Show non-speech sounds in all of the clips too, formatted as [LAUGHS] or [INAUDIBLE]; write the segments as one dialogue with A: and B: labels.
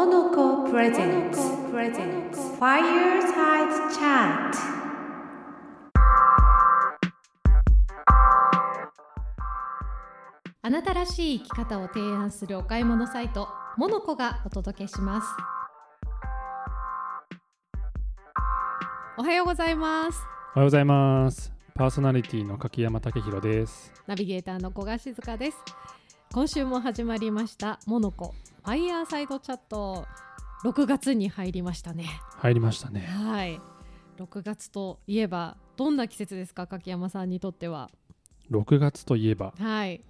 A: Monoco presents presents Fireside Chat
B: あなたらしい生き方を提案するお買い物サイトモノコがお届けしますおはようございます
C: おはようございます。パーソナリティの柿山武宏です。
B: ナビゲーターの古賀静香です今週も始まりましたモノコファイヤーサイドチャット6月に入りましたね
C: 入りましたね。
B: はい6月といえばどんな季節ですか柿山さんにとっては
C: 6月といえば、
B: はい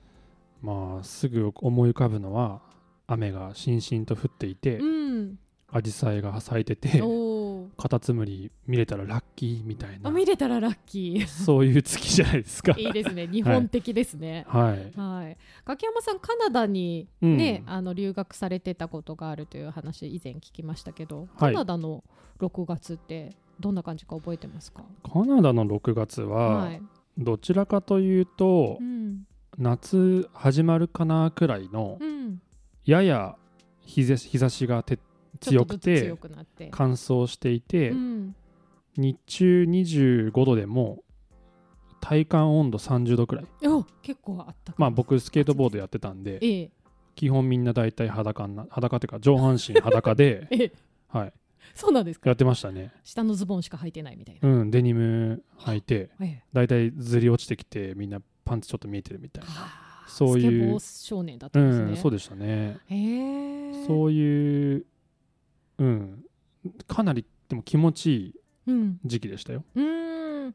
C: まあ、すぐ思い浮かぶのは、雨がしんしんと降っていて
B: う、ん
C: アジサイが咲いてて、
B: おー
C: カタツムリ見れたらラッキーみたい
B: あ
C: な、
B: 見れたらラッキ
C: そういう月じゃないですか
B: ー [LAUGHS] 。
C: [LAUGHS]
B: いいですね日本的ですね、
C: はい。
B: はい、柿山さんカナダに
C: うん
B: ね、あの留学されてたことがあるという話以前聞きましたけど、
C: はい
B: カナダの6月ってどんな感じか覚えてますか
C: カナダの6月
B: は
C: は、
B: い、
C: どちらかというと
B: う、ん
C: 夏始まるかなくらいの
B: う、ん、
C: やや日差し日差しがて強く
B: ちょっと
C: て
B: ずつ強、くなって、
C: 乾燥していて、
B: うん、
C: 日中25度でも体感温度30度くらい
B: お結構あったかい
C: まあ僕スケートボードやってたんで
B: ええ
C: 基本みんな大体裸な裸っていうか上半身裸で
B: [LAUGHS] 、ええ
C: はい、
B: そうなんですか
C: やってましたね
B: 下のズボンしか履いてないみたいな、
C: うんデニム履いて
B: ええ
C: 大体ずり落ちてきてみんなパンツちょっと見えてるみたいな
B: はあ
C: そういう
B: スケボー少年だった
C: うん
B: ですね、
C: んそうでしたね
B: へえ
C: そういううんかなりでも気持ちいい
B: うん
C: 時期でしたよ
B: うーん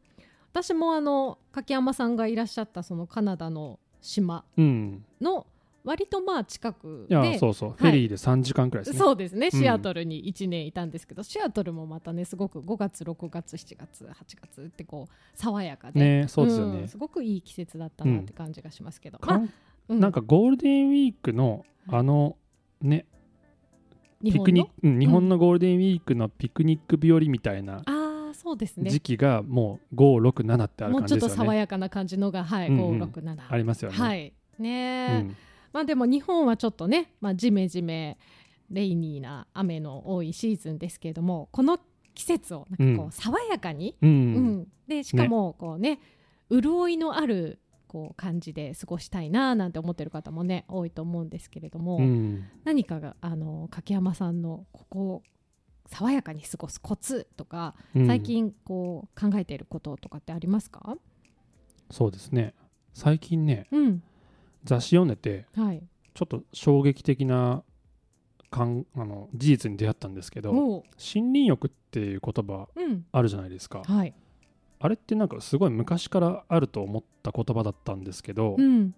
B: 私もあの柿山さんがいらっしゃったそのカナダの島
C: うん
B: の割とまあ近く
C: いや
B: で
C: そうそうフェリーで3時間くらいですね、
B: そうですね
C: うん
B: シアトルに1年いたんですけど、シアトルもまたねすごく5月6月7月8月ってこう爽やかで、
C: ねそうですよ
B: ん
C: ね
B: すごくいい季節だったなって感じがしますけど、まあ
C: 韓
B: う
C: なんかゴールデンウィークの
B: はい
C: あのね、
B: 日
C: ピ
B: 本
C: クニッ
B: の
C: クうん日本のゴールデンウィークのピクニック日和みたいな
B: ああそうですね
C: 時期がもう567ってある
B: もう
C: 感
B: ちょ
C: じ
B: っ
C: で
B: と
C: すよ
B: 爽
C: ね。
B: やかな感じのがはい、
C: うんうん
B: 567
C: ありますよね。
B: はいね
C: う
B: え、
C: ん
B: まあでも日本はちょっとね、まあ、ジメジメレイニーな雨の多いシーズンですけれどもこの季節をなんかこ
C: う
B: うん爽やかに、
C: う
B: うん
C: ん
B: でしかもこうね潤いのあるこう感じで過ごしたいななんて思ってる方もね多いと思うんですけれども、
C: うん
B: 何かがあの柿山さんのここを爽やかに過ごすコツとか
C: うん
B: 最近こう考えていることとかってありますか、
C: そうですね最近ね
B: うん
C: 雑誌読んでて
B: はい、
C: ちょっと衝撃的なかんあの事実に出会ったんですけど森
B: おう
C: 林浴っていう言葉
B: うん
C: あるじゃないですか
B: はい
C: あれってなんかすごい昔からあると思った言葉だったんですけど、
B: うん、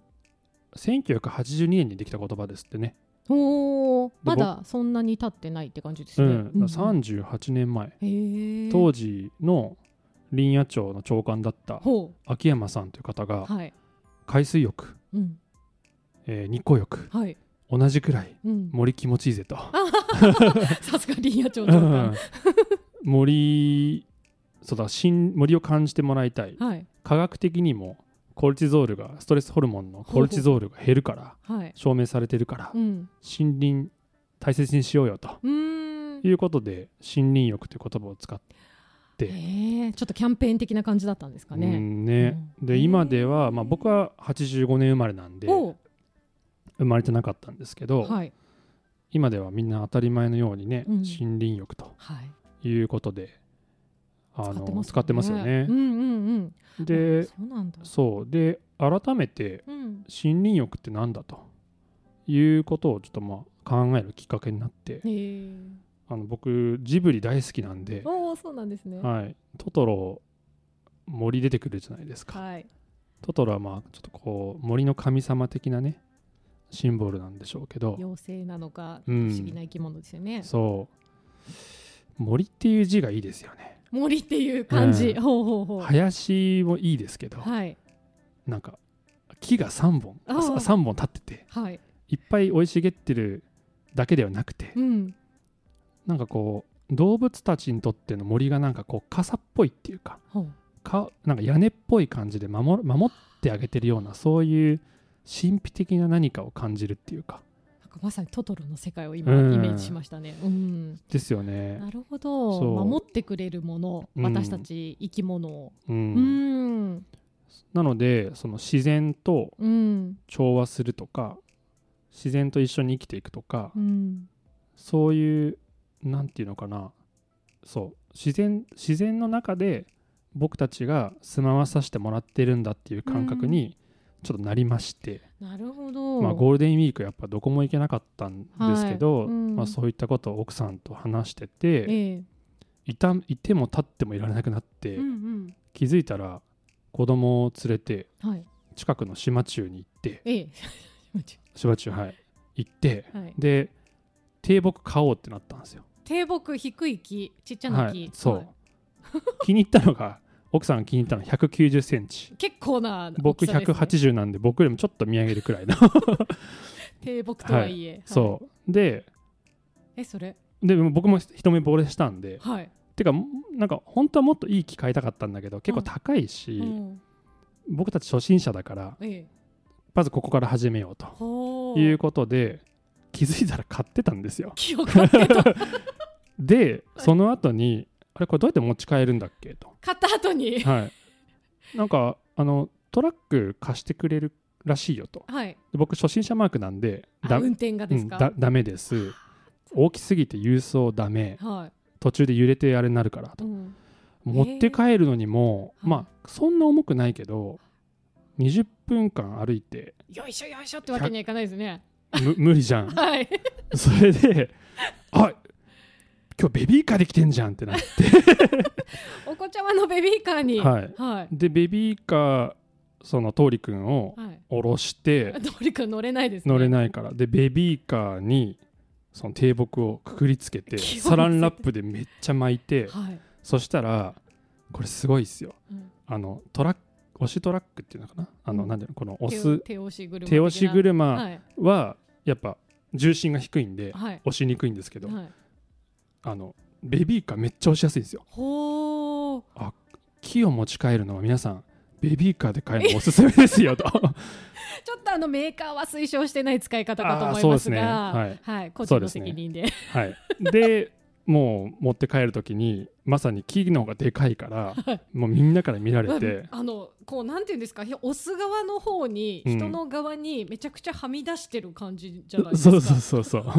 C: 1982年にできた言葉ですってね、
B: おおま
C: 僕
B: だそんなに経ってないって感じです
C: う
B: ね。
C: ん、だから38年前、
B: へえ。
C: 当時の林野庁の長官だった
B: ほ
C: 秋山さんという方
B: う
C: が
B: はい
C: 海水浴、
B: うん
C: えー日光浴
B: はい
C: 同じくらい
B: うん。
C: 森気持ちいいぜ [LAUGHS] と、
B: [LAUGHS] さすが林野庁
C: う
B: 長
C: ん
B: 官。、
C: 森そうだ新森を感じてもらいたい
B: はい
C: 科学的にもコルチゾールがストレスホルモンのコルチゾールが減るから
B: はい。
C: 証明されてるから
B: うん
C: 森林大切にしようよと
B: うーん。
C: いうことで森林浴という言葉を使ってて
B: へえ。ちょっとキャンペーン的な感じだったんですか
C: う
B: ね。
C: んね
B: うん
C: で今では、まあ、僕は85年生まれなんで
B: お
C: 生まれてなかったんですけど、
B: おはい
C: 今ではみんな当たり前のようにね、
B: うん
C: 森林浴と
B: はい。
C: いうことで
B: 使
C: あ
B: って
C: の
B: ます
C: 使ってますよね
B: う。んうんうん。あ
C: で
B: そうなんだ。
C: そうで改めて
B: うん。
C: 森林浴ってなんだということをちょっとまあ考えるきっかけになって
B: へえ。
C: あの僕ジブリ大好きなんで、
B: おおそうなんですね。
C: はい、トトロ森出てくるじゃないですか。
B: はい。
C: トトロはまあちょっとこう森の神様的なねシンボルなんでしょうけど
B: 妖精なのか不
C: う
B: 思
C: ん
B: 議な生き物ですよね。
C: そう森っていう字がいいですよね
B: 森っていう感じ。
C: う
B: ほうほうほう。
C: 林もいいですけど
B: はい
C: なんか木が3本
B: あー
C: 3本立ってて
B: はい。
C: いっぱい生い茂ってるだけではなくて
B: うん。
C: なんかこう動物たちにとっての森がなんかこう傘っぽいっていうか
B: ほう。
C: かなんか屋根っぽい感じで守る守ってあげてるようなそういう神秘的な何かを感じるっていうか
B: なんかかまさにトトロの世界を今イ
C: うん
B: メージしましたね。うん、
C: ですよね。
B: なるほ
C: そ
B: ど
C: う
B: 守ってくれるもの
C: うん
B: 私たち生き物を。う
C: う、
B: んん
C: なのでその自然と
B: うん
C: 調和するとか自然と一緒に生きていくとか、
B: うん
C: そういうなんていうのかなそう自然自然の中で僕たちが住まわさせてもらってるんだっていう感覚にちょっとなりまして、
B: なるほど。
C: まあ、ゴールデンウィークやっぱどこも行けなかったんですけど、
B: はいうん
C: まあ、そういったことを奥さんと話してて
B: え
C: いたいても立ってもいられなくなっ
B: え
C: て、
B: うん
C: 気づいたら子供を連れて
B: うんはい
C: 近くの島中に行って
B: え [LAUGHS] え
C: 島中はい行って
B: はい、
C: で低木買おうってなったんですよ。
B: 低木低い木ちっちゃ
C: は
B: ない木、、
C: そう、
B: はい
C: 気に入ったのが奥さんが気に入ったの1 9 0ンチ
B: 結構な
C: 僕
B: 大きさですね
C: 180なんで僕よりもちょっと見上げるくらいの
B: 低木とはいえ、はい
C: そうで
B: えそれ
C: でも僕も一目惚れしたんで
B: はい、
C: てかなんか本当はもっといい機買いたかったんだけど結構高いし、
B: うん
C: 僕たち初心者だから
B: ええ、
C: まずここから始めようと
B: ほう
C: いうことで気づいたら買ってたんですよ
B: 木を買ってと
C: でその後にあれこれどうやって持ち帰るんだっけと
B: 買った後
C: [LAUGHS]
B: に
C: はいなんかあのトラック貸してくれるらしいよと
B: はい
C: で僕初心者マークなんで
B: あ
C: だ,、う
B: 運
C: ん、
B: 転がですか、
C: だダメです大きすぎて郵送ダメ
B: は
C: 途中で揺れてあれになるから
B: い、
C: と
B: うん、
C: 持って帰るのにも、
B: はい
C: まあそんな重くないけど20分間歩いて
B: よいしょよいしょってわけにはいかないですね [LAUGHS]
C: む無理じゃん
B: はい
C: それであ今日ベビーカーで来てんじゃんってなって
B: お子ちゃまのベビーカーに
C: はい
B: はい
C: でベビーカーその桃李君を
B: はい
C: 降ろして
B: ドリ君乗れないですね
C: 乗れ
B: い
C: ないからでベビーカーにその低木をくくりつけ
B: 気
C: て
B: をつけて
C: サランラップでめっちゃ巻いて
B: はい、
C: そしたらこれすごいですよ
B: うん
C: あのトラック押しトラックっていうのかなあの、
B: うん
C: なんていうのこの
B: 手
C: 押
B: を
C: す
B: 手押し車的な
C: 手押し車
B: はい
C: はやっぱ重心が低いんで
B: はい
C: 押しにくいんですけど、
B: はい
C: あのベビーカーめっちゃ押しやすいんですよ
B: ほう
C: 木を持ち帰るのは皆さんベビーカーで買えるのおすすめですよと
B: ちょっとあのメーカーは推奨してない使い方かと思
C: あー
B: い
C: そう
B: ま
C: ですすね
B: が、
C: はい
B: 個人
C: そうで
B: の
C: すね
B: 責任で。
C: はいでもう持って帰る時にまさに木の方がでかいからもうみんなから見られて
B: [LAUGHS] あのこうなんていうんですか、ひ押す側の方に、
C: うん
B: 人の側にめちゃくちゃはみ出してる感じじゃないですか。
C: そうそうそうそう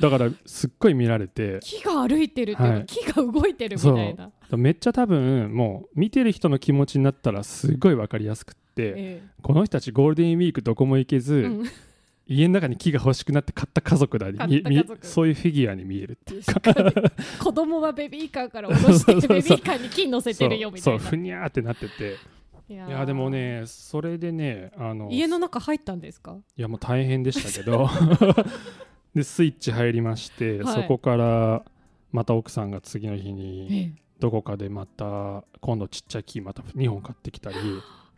C: だからすっごい見られて
B: 木が歩いてるっていうか、
C: はい
B: 木が動いてるみたいな。
C: めっちゃ多分もう見てる人の気持ちになったらすごい分かりやすくって
B: え
C: この人たちゴールデンウィークどこも行けず、
B: えうん
C: 家の中に木が欲しくなって買った家族だに
B: 買った家族
C: みそういうフィギュアに見えるっていうか
B: 子供はベビーカーから下ろして
C: そうそうそう
B: ベビーカーに木乗せてるよみた
C: そ
B: いうな。
C: そうふにゃーってなってて
B: いや
C: い
B: ー
C: やでもねそれでねあの
B: 家の中入ったんですか。
C: いやもう大変でし
B: [LAUGHS]
C: たけどでスイッチ入りまして、
B: はい
C: そこからまた奥さんが次の日
B: え
C: に
B: え
C: どこかでまた今度ちっちゃい木また2本買ってきたり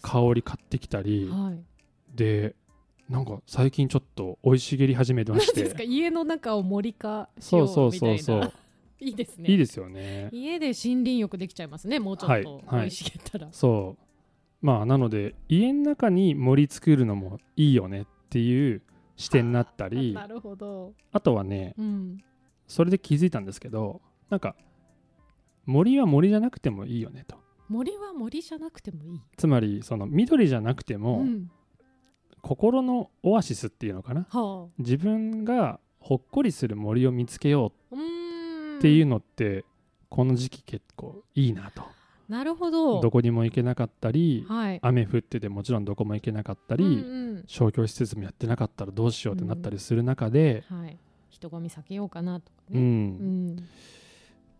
C: 香り買ってきたり
B: はい。
C: でなんか最近ちょっと生い茂り始めてま
B: 何 [LAUGHS]
C: し
B: ですか
C: て
B: 家の中を森化し
C: そ
B: よう
C: うそう
B: み
C: そ
B: た
C: う
B: い
C: そう
B: な。いいですね。
C: いいですよね
B: 家で森林浴できちゃいますねもうちょっと
C: はいはい
B: 生い茂ったら、
C: そうまあなので家の中に森作るのもいいよねっていう視点になったり
B: なるほど、
C: あとはね
B: うん、
C: それで気づいたんですけどなんか森は森じゃなくてもいいよねと
B: 森は森じゃなくてもいい、
C: つまりその緑じゃなくて
B: う
C: も、
B: ん、
C: 心のオアシスっていうのかな
B: は
C: 自分がほっこりする森を見つけよ
B: あうーん
C: うっていうのって、この時期結構いいなと
B: なるほど
C: どこにも行けなかったり
B: はい
C: 雨降っててもちろんどこも行けなかったり、
B: うん
C: 商業施設もやってなかったらどうしようってなったりする中で、
B: うんはい、人混み避けようかなとか
C: うん
B: ね、うん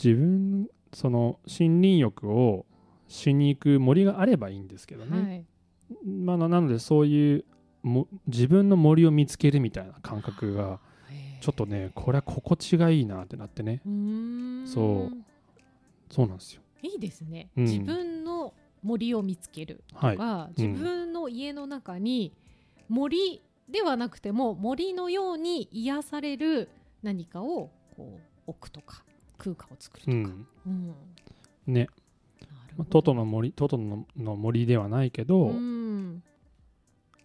C: 自分その森林浴をしに行く森があればいいんですけどね、
B: はい、
C: まあ、ななのでそういうも自分の森を見つけるみたいな感覚がちょっとねこれは心地がいいなってなってね
B: うーん
C: そうそうなんですよ
B: いいですね、
C: うん
B: 自分の森を見つける
C: はい
B: が、
C: うん
B: 自分の家の中に森ではなくても森のように癒される何かをこう置くとか空間を作ると
C: う
B: か、
C: ん
B: うん
C: ね、
B: なるほ
C: まあ
B: ど
C: トトの森トトのの森ではないけど、
B: うん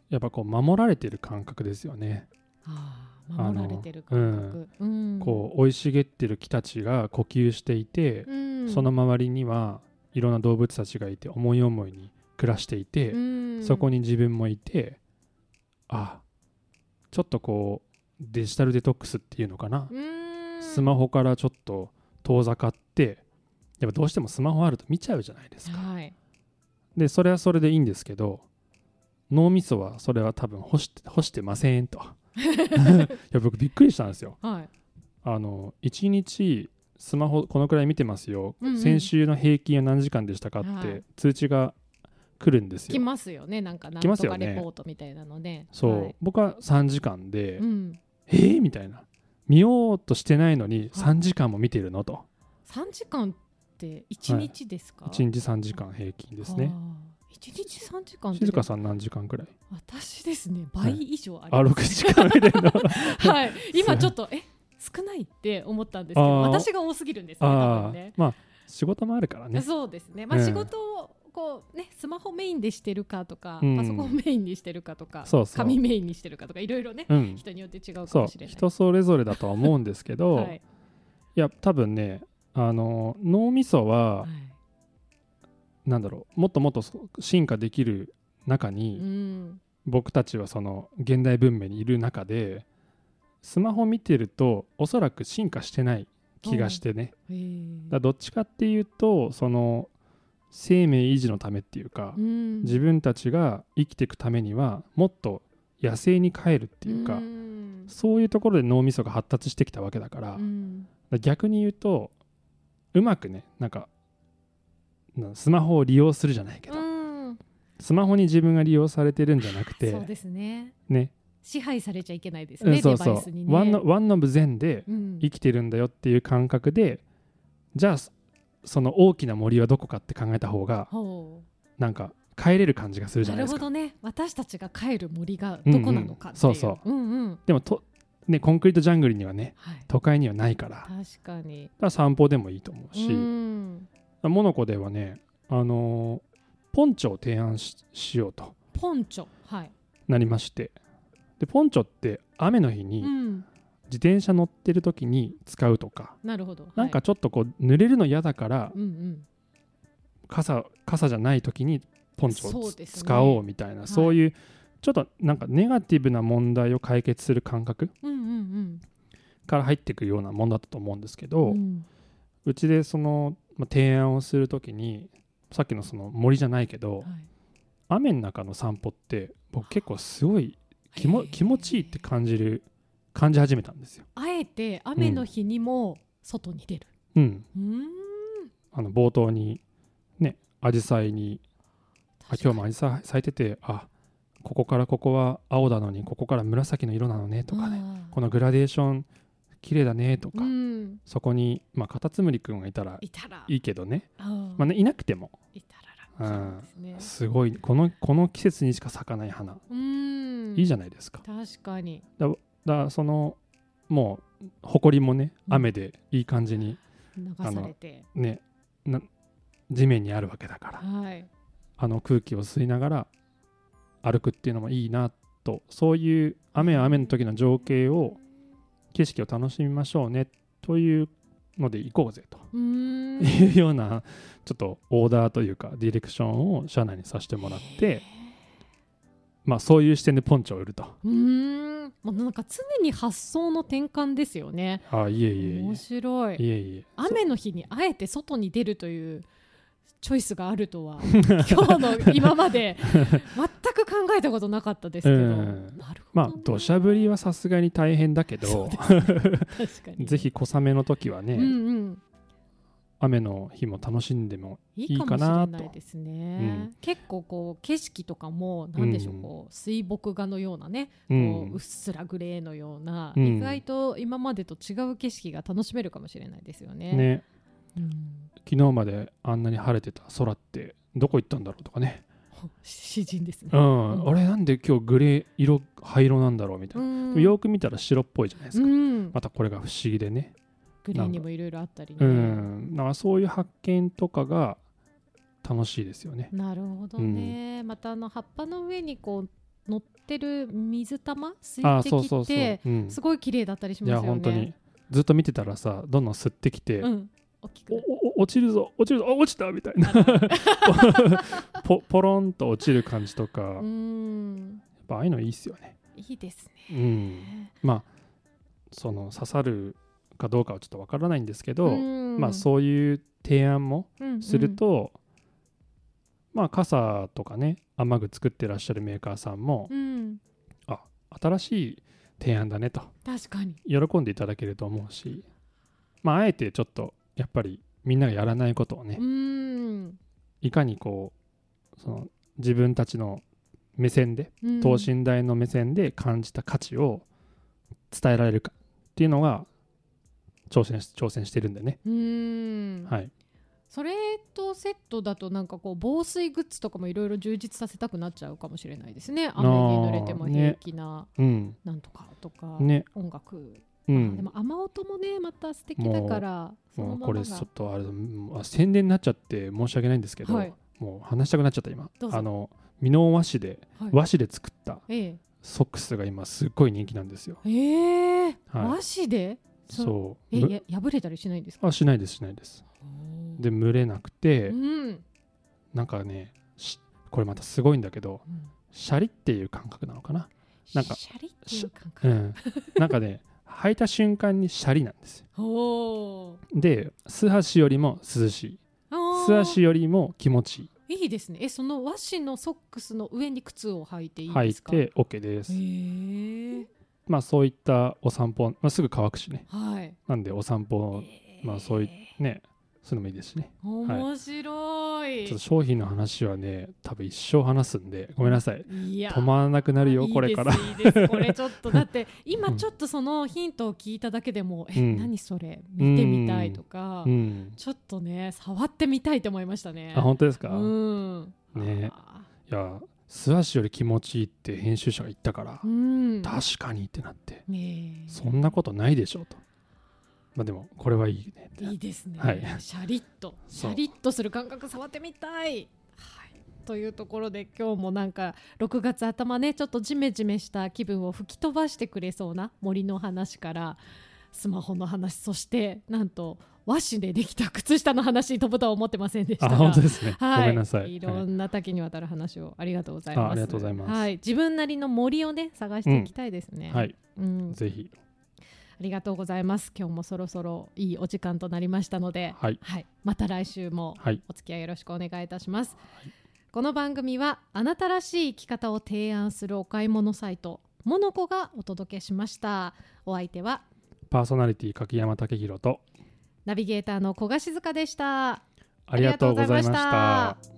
C: やっぱこう守られてる感覚ですよね
B: あ守られてる感覚、うん
C: こう生い茂ってる木たちが呼吸していて、
B: うん
C: その周りにはいろんな動物たちがいて思い思いに暮らしていて、
B: うん
C: そこに自分もいてあちょっとこうデジタルデトックスっていうのかな、
B: うん
C: スマホからちょっと遠ざかってやっぱどうしてもスマホあると見ちゃうじゃないですか。
B: はい
C: でそれはそれでいいんですけど脳みそはそれは多分干して干してません
B: [LAUGHS]
C: と。いや僕びっくりしたんですよ。
B: はい
C: あの1日スマホこのくらい見てますよ、
B: うんうん
C: 先週の平均は何時間でしたかっ
B: はい
C: て通知が来るんです
B: 来
C: よ。
B: ますよねなんかなん
C: 来ま
B: と
C: すよ
B: か
C: ね
B: レポートみたいなので
C: そう、
B: はい
C: 僕は3時間で、
B: うん、
C: えー、みたいな見ようとしてないのに
B: はい
C: 3時間も見てるのと
B: 3時間って1日ですか、
C: 1日3時間平均ですね
B: は。あ一日3時間って
C: 静香さん何時間くらい
B: 私ですね倍以上あり
C: あ
B: ます、
C: 6時間見てるの
B: [LAUGHS] はい、今ちょっとえ少ないって思ったんですけど
C: あー
B: 私が多すぎるんですね多
C: ああ、
B: 分ね
C: まあ仕事もあるからね。
B: そうですねまあ
C: うん
B: 仕事をこうねスマホメインでしてるかとか、
C: うん
B: パソコンメインにしてるかとか
C: そうそう
B: 紙メインにしてるかとかいろいろね
C: うん、
B: 人によって違うか
C: そう
B: もしれない
C: 人それぞれだとは思うんですけど、
B: [LAUGHS] はいい、、
C: や多分ねあの脳みそは、
B: はい
C: なんだろうもっともっとそ進化できる中に、
B: うん
C: 僕たちはその現代文明にいる中でスマホ見てるとおそらく進化してない気がしてね、
B: へー
C: だからどっちかっていうとその生命維持のためっていうか、
B: うん
C: 自分たちが生きていくためにはもっと野生に帰るっていうか、
B: ん
C: そういうところで脳みそが発達してきたわけだから,、
B: うん
C: 逆に言うとうまくねなんかなスマホを利用するじゃないけど、
B: うん
C: スマホに自分が利用されてるんじゃなくて
B: そうですね
C: ね
B: 支配されちゃいけないです
C: う
B: ね
C: んそ
B: デ
C: うそ
B: バイ
C: う
B: スにね
C: ワンのワンノブ全で
B: うん
C: 生きてるんだよっていう感覚でじゃあそその大きな森はどこかって考えた方が
B: ほう
C: なんか帰れる感じがするじゃ
B: な
C: ない
B: る
C: で
B: ほ
C: すか
B: どね私たちが帰る森がどこなのかっていう、、
C: うんうんそう
B: んうん
C: でもと、ね、コンクリートジャングルにはね
B: はい、
C: 都会にはないからだか
B: 確かに
C: ら散歩でもいいと思うし、
B: うん
C: モノコではねあのーポンチョを提案ししようと
B: ポンチョはい、
C: なりましてでポンチョって雨の日に
B: うん、
C: 自転車乗ってる時に使うとか、
B: なるほど
C: なんか
B: は
C: ちょっとこう濡れるの嫌だから
B: い、うんうん
C: 傘傘じゃない時にポンチョ
B: そ
C: を
B: う
C: つ、
B: ですね
C: 使おうみたいな、
B: い
C: そういうちょっとなんかネガティブな問題を解決する感覚
B: うんうん
C: から入っていくようなものだったと思うんですけ
B: う
C: ど、
B: ん
C: う
B: うん
C: ちでその、まあ、提案をする時にさっきのその森じゃないけど、
B: はい
C: 雨の中の散歩って僕結構すごい気
B: へ
C: も
B: ー
C: 気持ちいいって感じる感じ始めたんですよ。
B: あえて雨の日にも外に出る、
C: うん、
B: うん、
C: あの冒頭にね紫陽花にあ今日もアジサ咲いててあここからここは青なのにここから紫の色なのねとかね
B: ね
C: このグラデーション綺麗だねとか、
B: うん、
C: そこに、まあ、カタツムリくんがいたら
B: いたら
C: いいけどね,、
B: あ
C: まあ、ねいなくても
B: いたら楽なんですね
C: すごいこのこの季節にしか咲かない花、
B: うん
C: いいじゃないですか
B: 確かに
C: だからそのもう埃もね
B: うん
C: 雨でいい感じに
B: 流されて
C: ねな地面にあるわけだから
B: はい
C: あの空気を吸いながら歩くっていうのもいいなとそういう雨は雨の時の情景を景色を楽しみましょうねというので行こうぜと
B: う
C: [LAUGHS]
B: ーん
C: いうようなちょっとオーダーというかディレクションを社内にさせてもらってまあそういう視点でポンチョを売ると
B: うーんもうなんか常に発想の転換ですよね
C: あいえいえい
B: 面白
C: え
B: い
C: いえいえ
B: 雨の日にあえて外に出るというチョイスがあると
C: [LAUGHS]
B: は今日の今まで全く考えたことなかったですけど、
C: うん
B: なるほど
C: まあ土砂降りはさすがに大変だけ
B: そう
C: ど
B: で確かに
C: ぜひ小雨の時はね、
B: うんうん
C: 雨の日も楽しんでも
B: いいかもしれないですね
C: いいかなとうん
B: 結構こう景色とかも何でしょう,、
C: うん
B: こう水墨画のようなね、こ
C: う
B: ううんっすらグレーのような、
C: うん
B: 意外と今までと違う景色が楽しめるかもしれないですよね。
C: ね
B: うん [LAUGHS]
C: 昨日まであんなに晴れてた空ってどこ行ったんだろうとかね、
B: ほ詩人ですね
C: う。ん
B: うん
C: あれなんで今日グレー色灰色なんだろうみたいな、
B: ん
C: よく見たら白っぽいじゃないですか、
B: うん
C: またこれが不思議でね
B: グレーにもいろいろあったりね。
C: うんなんかそういう発見とかが楽しいですよね
B: なるほどね、またあの葉っぱの上にこう乗ってる水玉水
C: ああ
B: 滴
C: そうそう
B: っ
C: そう、
B: て
C: うん、
B: すごい綺麗だったりし
C: い
B: ますよ
C: や
B: ね。
C: 本当にずっと見てたらさどんどん吸ってきて、
B: うん、大きく
C: お
B: なる
C: お落ちるぞ落ちるぞあ落ちたみたいな [LAUGHS] ポポロンと落ちる感じとか、
B: う
C: やっ
B: ーん
C: ぱああいうのいいっすよね
B: いいです
C: う
B: ね。
C: んまあその刺さるかどうかはちょっとわからないんですけど、
B: うん
C: まあそういう提案も
B: うん
C: すると、まあ傘とかね雨具作ってらっしゃるメーカーさんも、
B: うんうん
C: 新しい提案だねと
B: 確かに
C: 喜んでいただけると思うしまああえてちょっとやっぱりみんながやらないことをね
B: う、ーん
C: いかにこうその自分たちの目線で
B: うん
C: 等身大の目線で感じた価値を伝えられるかっていうのが挑戦し挑戦してるんでね、
B: うーん
C: はい、
B: それとセットだとなんかこう防水グッズとかもいろいろ充実させたくなっちゃうかもしれないですね雨に濡れても平気な
C: うん
B: なんとかとか、
C: ね
B: 音楽、
C: う
B: で
C: ん
B: も雨音もねまた素敵だからその
C: もう
B: ま
C: こ
B: ま
C: れ
B: が
C: ちょっとあれうんあ宣伝になっちゃって申し訳ないんですけど、
B: はい
C: もう話したくなっちゃった今
B: どうぞ
C: あの箕面和紙で
B: はい
C: 和紙で作った
B: え
C: ソックスが今すっごい人気なんですよ
B: えええ
C: はい
B: 和紙でそう
C: そ
B: え
C: うむ
B: や破れたりしないんですか
C: あしないですしないですで蒸れなくて、
B: うん
C: なんかねしこれまたすごいんだけどシャリっていう感覚なのかな、なんか
B: シャリっていう感
C: う
B: 覚、
C: ん、なんかね [LAUGHS] 履いた瞬間にシャリなんですよ
B: おー
C: で素足よりも涼しい
B: あー
C: 素足よりも気持ちい
B: いいですねえその和紙のソックスの上に靴を履いてい
C: い
B: い
C: 履
B: で
C: い
B: すか
C: て OK です、
B: へえ
C: まあそういったお散歩、まあ、すぐ乾くしね
B: はい
C: なんでお散歩まあそういねするのもいいですしね
B: 面白い、
C: ちょっと商品の話はね多分一生話すんでごめんなさい
B: いや
C: 止まらなくなるよ
B: いい
C: これから
B: ですいいですこれちょっとだって
C: [LAUGHS]
B: 今ちょっとそのヒントを聞いただけでも、え
C: うん
B: 何それ見てみたいとか、
C: うん
B: ちょっとね触ってみたいと思いましたね
C: あ本当ですか、
B: うん
C: ね
B: あ
C: いや素足より気持ちいいって編集者が言ったから、
B: ーうん
C: 確かにってなって
B: ねえ
C: そんなことないでしょうとまあでもこれはいいね
B: いいですね、
C: はい
B: シャリッとシ
C: そう
B: ャリッとする感覚触ってみたい、はい、というところで今日もなんか6月頭ねちょっとジメジメした気分を吹き飛ばしてくれそうな森の話からスマホの話そしてなんと和紙でできた靴下の話に飛ぶとは思ってませんでした
C: あ
B: が
C: 本当ですね、
B: [LAUGHS] はい、
C: ごめんなさい
B: いろ
C: はい
B: んな多岐にわたる話をありがとうございます。
C: あありがとうございます
B: はい、自分なりの森をね探していきたいですね。
C: はい、
B: うん、
C: ぜひ
B: ありがとうございます。今日もそろそろいいお時間となりましたので、
C: はい
B: はい、また来週も
C: はい
B: お付き合いよろしくお願いいたします、この番組はあなたらしい生き方を提案するお買い物サイトモノコがお届けしましたお相手は
C: パーソナリティ柿山武宏と
B: ナビゲーターの小賀静香でした
C: ありがとうござい
B: ありがとうございま
C: ま
B: し
C: したた。